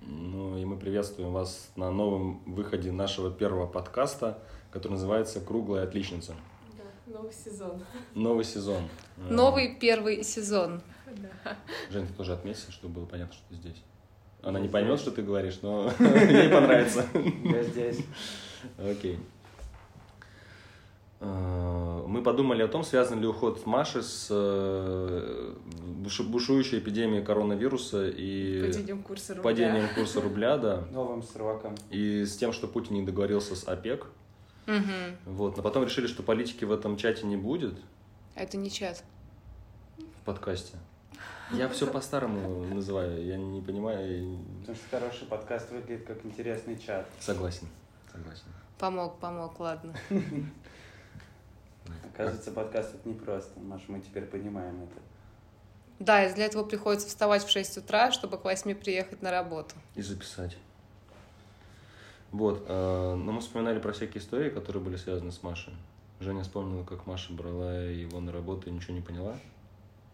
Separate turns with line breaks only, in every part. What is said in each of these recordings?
Ну, Приветствуем вас на новом выходе нашего первого подкаста, который называется «Круглая отличница».
Да, новый сезон.
Новый сезон. Э,
Новый первый сезон.
Жень, ты тоже отметься, чтобы было понятно, что ты здесь. Она не поймет, что ты говоришь, но ей понравится.
Я здесь.
Окей. Э, Мы подумали о том, связан ли уход Маши с э, бушу- бушующей эпидемией коронавируса и
Подидем курсы рубля.
падением курса рубля, да,
Новым срываком.
и с тем, что Путин не договорился с ОПЕК.
Мгм.
Вот, но потом решили, что политики в этом чате не будет
А Это не чат.
в подкасте. Я все по-старому называю, я не понимаю, и-
Потому что хороший подкаст выглядит как интересный чат.
согласен, согласен.
Помог, помог, ладно.
Оказывается, подкаст это непросто. Маш, мы теперь понимаем это.
Да, и для этого приходится вставать в 6 утра, чтобы к 8 приехать на работу.
И записать. Вот, э, но мы вспоминали про всякие истории, которые были связаны с Машей. Женя вспомнила, как Маша брала его на работу и ничего не поняла.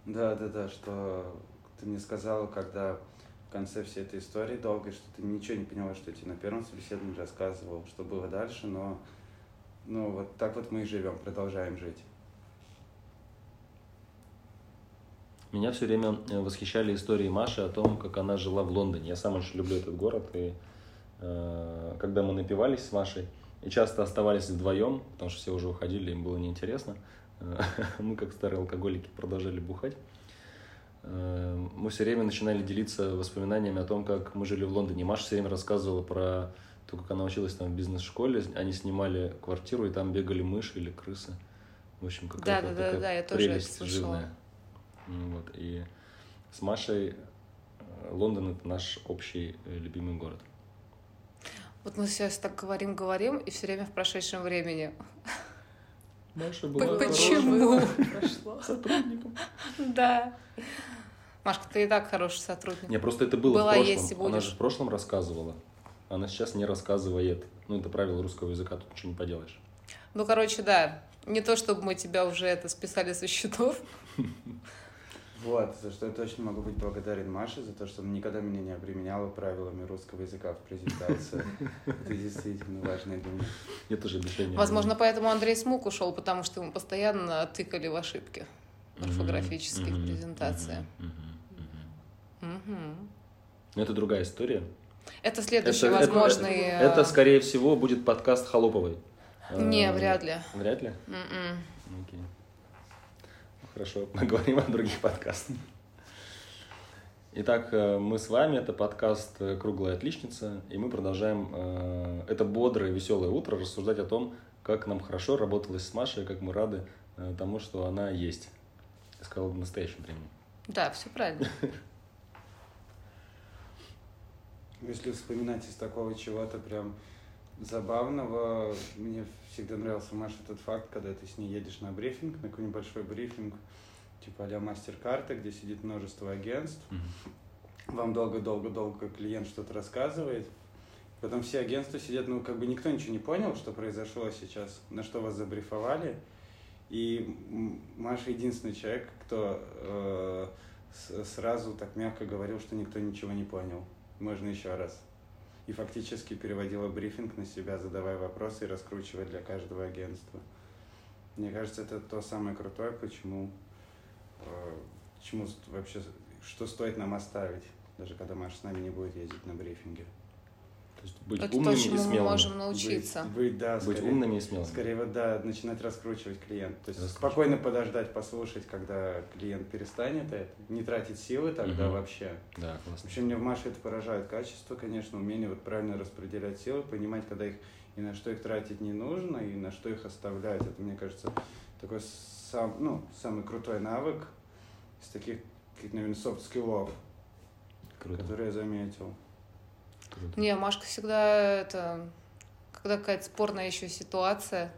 Да, да, да, что ты мне сказала, когда в конце всей этой истории долгой, что ты ничего не поняла, что я тебе на первом собеседовании рассказывал, что было дальше, но ну вот так вот мы и живем, продолжаем жить.
Меня все время э, восхищали истории Маши о том, как она жила в Лондоне. Я сам очень люблю этот город. И э, когда мы напивались с Машей, и часто оставались вдвоем, потому что все уже уходили, им было неинтересно. э, Мы, как старые алкоголики, продолжали бухать. Э, Мы все время начинали делиться воспоминаниями о том, как мы жили в Лондоне. И Маша все время рассказывала про то, как она училась там в бизнес-школе. Они снимали квартиру, и там бегали мыши или крысы. В общем, какая-то
Да-да-да-да,
такая
я тоже это
прелесть
слышала.
живная. Ну Вот, и с Машей э, Лондон — это наш общий э, любимый город.
Вот мы сейчас так говорим, говорим, и все время в прошедшем времени.
Маша
была
Почему?
Почему?
Прошло.
сотрудником.
Да. Машка, ты и так хороший сотрудник.
Не, просто это было
Была,
в прошлом.
есть и
Она
будешь.
же в прошлом рассказывала. Она сейчас не рассказывает. Ну, это правило русского языка, тут ничего не поделаешь.
Ну, короче, да. Не то, чтобы мы тебя уже это списали со счетов.
Вот, за что я точно могу быть благодарен Маше, за то, что она никогда меня не обременяла правилами русского языка в презентации. Это действительно важная для меня.
Я тоже обещание.
Возможно, поэтому Андрей Смук ушел, потому что ему постоянно тыкали в ошибки
Мгм,
орфографических
мгм,
презентациях.
мгм, мгм, мгм.
Мгм.
Но это другая история.
Это следующий
Это- это-
возможный... э,
Это, скорее всего, будет подкаст Холоповой.
Не,
Э,
вряд ли. М-м.
Вряд ли?
Мгм.
Окей. Ну, Хорошо, поговорим о других подкастах. Итак, э, мы с вами, это подкаст э, «Круглая отличница», и мы продолжаем э, это бодрое, веселое утро рассуждать о том, как нам хорошо работалось с Машей, как мы рады э, тому, что она есть. Я сказал в настоящем времени.
Да, все правильно.
Если вспоминать из такого чего-то прям забавного, мне всегда нравился, Маша, тот факт, когда ты с ней едешь на брифинг, на какой-нибудь большой брифинг, типа а мастер-карта, где сидит множество агентств, вам долго-долго-долго клиент что-то рассказывает, потом все агентства сидят, ну, как бы никто ничего не понял, что произошло сейчас, на что вас забрифовали, и м, Маша единственный человек, кто э, с- сразу так мягко говорил, что никто ничего не понял, можно еще раз. И фактически переводила брифинг на себя, задавая вопросы и раскручивая для каждого агентства. Мне кажется, это то самое крутое, почему, э, чему ст- вообще, что стоит нам оставить, даже когда Маша с нами не будет ездить на брифинге.
То есть быть
Это то,
умными и
чему мы
смелыми.
можем научиться.
Быть, быть, да,
Быть
скорее.
умными и смелыми.
Скорее вот, да, начинать раскручивать клиента. То есть
Раскручивать.
спокойно подождать, послушать, когда клиент перестанет это, не тратить силы тогда
Мгм.
вообще.
Да, классно.
Вообще мне в Маше это поражает качество, конечно, умение вот правильно распределять силы, понимать, когда их и на что их тратить не нужно, и на что их оставлять. Это, мне кажется, такой сам, ну, самый крутой навык из таких, каких, наверное, софт-скиллов,
Круто,
которые я заметил.
круто.
Не, Машка всегда это... Когда какая-то спорная еще ситуация.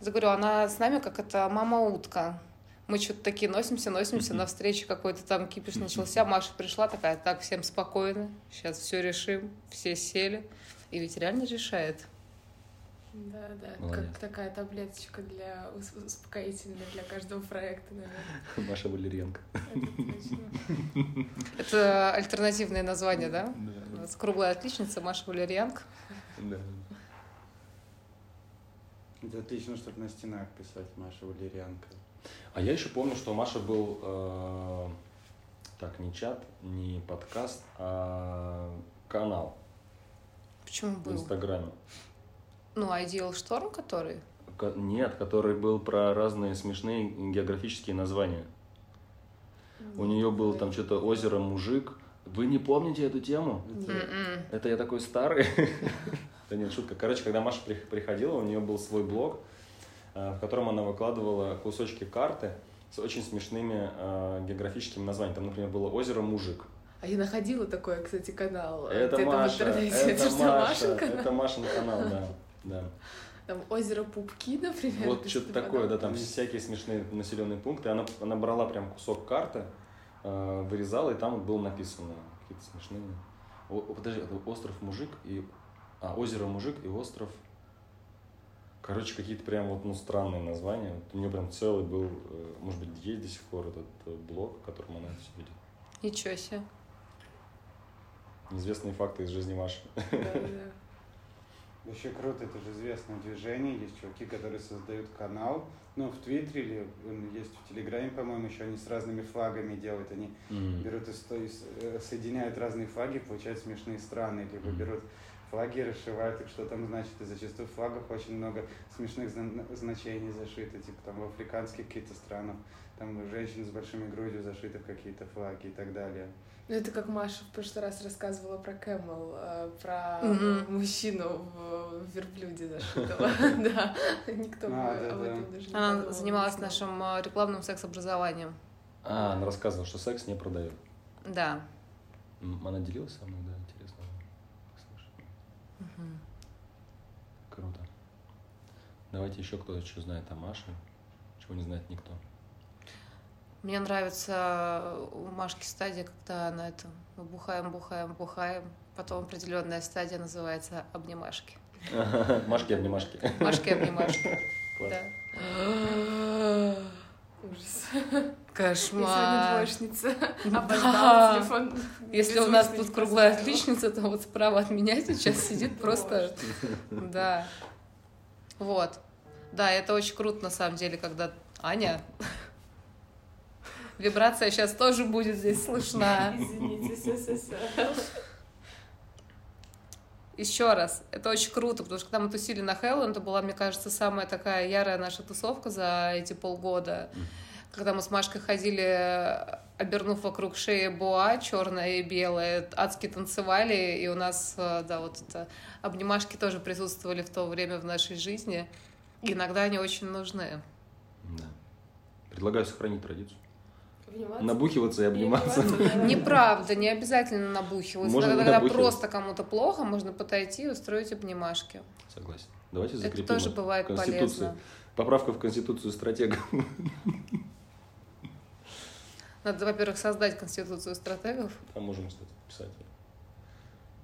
Заговорю, она с нами как это мама-утка. Мы что-то такие носимся, носимся, на встрече какой-то там кипиш начался. Маша пришла такая, так, всем спокойно, сейчас все решим, все сели. И ведь реально решает.
Да, да.
Молодец.
Как такая таблеточка для ус- успокоительная для каждого проекта, наверное.
Маша Валерьянка.
Это точно.
Это альтернативное название, да?
Да.
нас круглая отличница Маша Валерьянка.
Да.
Это отлично, чтобы на стенах писать Маша Валерьянка.
А я еще помню, что у Маши был э, так не чат, не подкаст, а канал
Почему
в
был?
Инстаграме.
Ну, Ideal Шторм, который?
Ко- Нет, который был про разные смешные географические названия. У нее был там что-то озеро мужик. Вы не помните эту тему?
Это
М-м.
Это я такой старый. Да нет, шутка. Короче, когда Маша прих- приходила, у нее был свой блог, э, в котором она выкладывала кусочки карты с очень смешными э, географическими названиями. Там, например, было озеро Мужик.
А я находила такой, кстати, канал. э,
Это
где-то в
Маша,
интернете.
это
что,
Маша,
Машин канал?
это Машин канал, да. Да.
Там озеро Пупки, например.
Вот
ты
что-то
попадал.
такое, да, там всякие смешные населенные пункты. Она, она брала прям кусок карты, э, вырезала, и там было написано какие-то смешные. О, о, подожди, это остров Мужик и... А, озеро Мужик и остров... Короче, какие-то прям вот, ну, странные названия. Вот у нее прям целый был, э, может быть, есть до сих пор этот э, блог, в котором она это все видит.
Ничего себе.
Неизвестные факты из жизни Маши.
Да, да.
Вообще круто, это же известное движение. Есть чуваки, которые создают канал. Ну, в Твиттере или м, есть в Телеграме, по-моему, еще они с разными флагами делают. Они берут и сто- и с- э, соединяют разные флаги, получают смешные страны, либо
Мгм.
берут флаги, расшивают их, что там значит, и зачастую в флагах очень много смешных зна- значений зашито, типа там в африканских каких-то странах, там у женщин с большими грудью зашиты какие-то флаги и так далее.
Ну, это как Маша в прошлый раз рассказывала про Кэмел, э, про
Мгм.
мужчину в в верблюде зашитого. Да, никто бы
А, да,
об
да.
этом даже не
Она
подумал,
занималась
не знал.
нашим э, рекламным секс-образованием.
А, она рассказывала, что секс не продает.
Да.
М, Она делилась со мной, да, интересно. Слушай,
Мгм.
Круто. Давайте еще кто-то что знает о Маше, чего не знает никто.
Мне нравится э, у Машки стадия, когда она это мы бухаем, бухаем, бухаем. Потом определенная стадия называется обнимашки.
Машки обнимашки.
Машки обнимашки.
Класс.
Да.
Ужас. Я сегодня
Кошмар.
двоечница.
Да.
Обождала телефон.
Если у нас
беззвучно
тут
не
круглая
поставила.
отличница, то вот справа от меня сейчас сидит просто... Да. Вот. Да, это очень круто на самом деле, когда... Аня, вибрация сейчас тоже будет здесь слышна.
Извините, СССР.
Еще раз, это очень круто, потому что когда мы тусили на Хэллоуин, это была, мне кажется, самая такая ярая наша тусовка за эти полгода.
Мгм.
Когда мы с Машкой ходили, э, обернув вокруг шеи боа, черное и белое, адски танцевали, и у нас, э, да, вот это, обнимашки тоже присутствовали в то время в нашей жизни. И Иногда они очень нужны.
Да. Предлагаю сохранить традицию.
Обниматься?
Набухиваться и обниматься.
Неправда, не обязательно набухиваться.
Можно не
Иногда, когда
набухиваться.
просто кому-то плохо, можно подойти и устроить обнимашки.
Согласен. Давайте
Это
закрепим.
тоже бывает
Конституцию.
полезно.
Поправка в Конституцию стратега.
Надо, во-первых, создать конституцию стратегов.
Там можем, кстати, писать.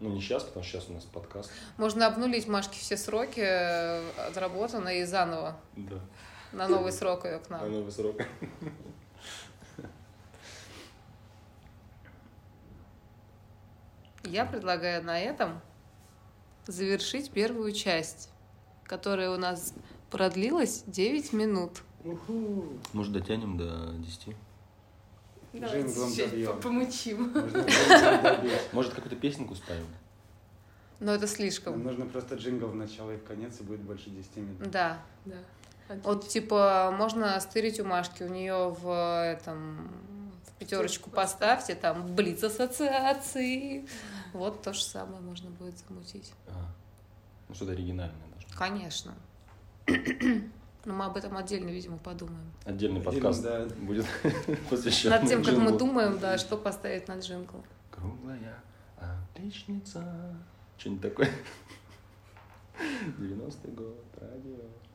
Ну, не сейчас, потому что сейчас у нас подкаст.
Можно обнулить Машке все сроки э, отработанные и заново
Да.
на новый срок ее к
На
нам.
новый срок.
Я предлагаю на этом завершить первую часть, которая у нас продлилась 9 минут.
Может, дотянем до 10?
Давайте
Джинглом
чуть
добьем.
по- помучим.
Нужно джингл добить.
Может, какую-то песенку ставим?
Но это
Нам
слишком.
нужно просто джингл в начало и в конец, и будет больше 10 минут.
Да.
Да.
Вот типа можно стырить у Машки, у нее в этом в пятерочку поставьте, там блиц ассоциации. Вот то же самое можно будет замутить.
А, Ну, что-то оригинальное даже.
Конечно. Но Ну, мы об этом отдельно, видимо, подумаем.
Отдельный
Отдельно,
подкаст
да.
будет посвящен
Над тем, как мы
джинглу.
думаем, да, что поставить на джингл.
Круглая отличница. Что-нибудь такое. 90-й год, радио.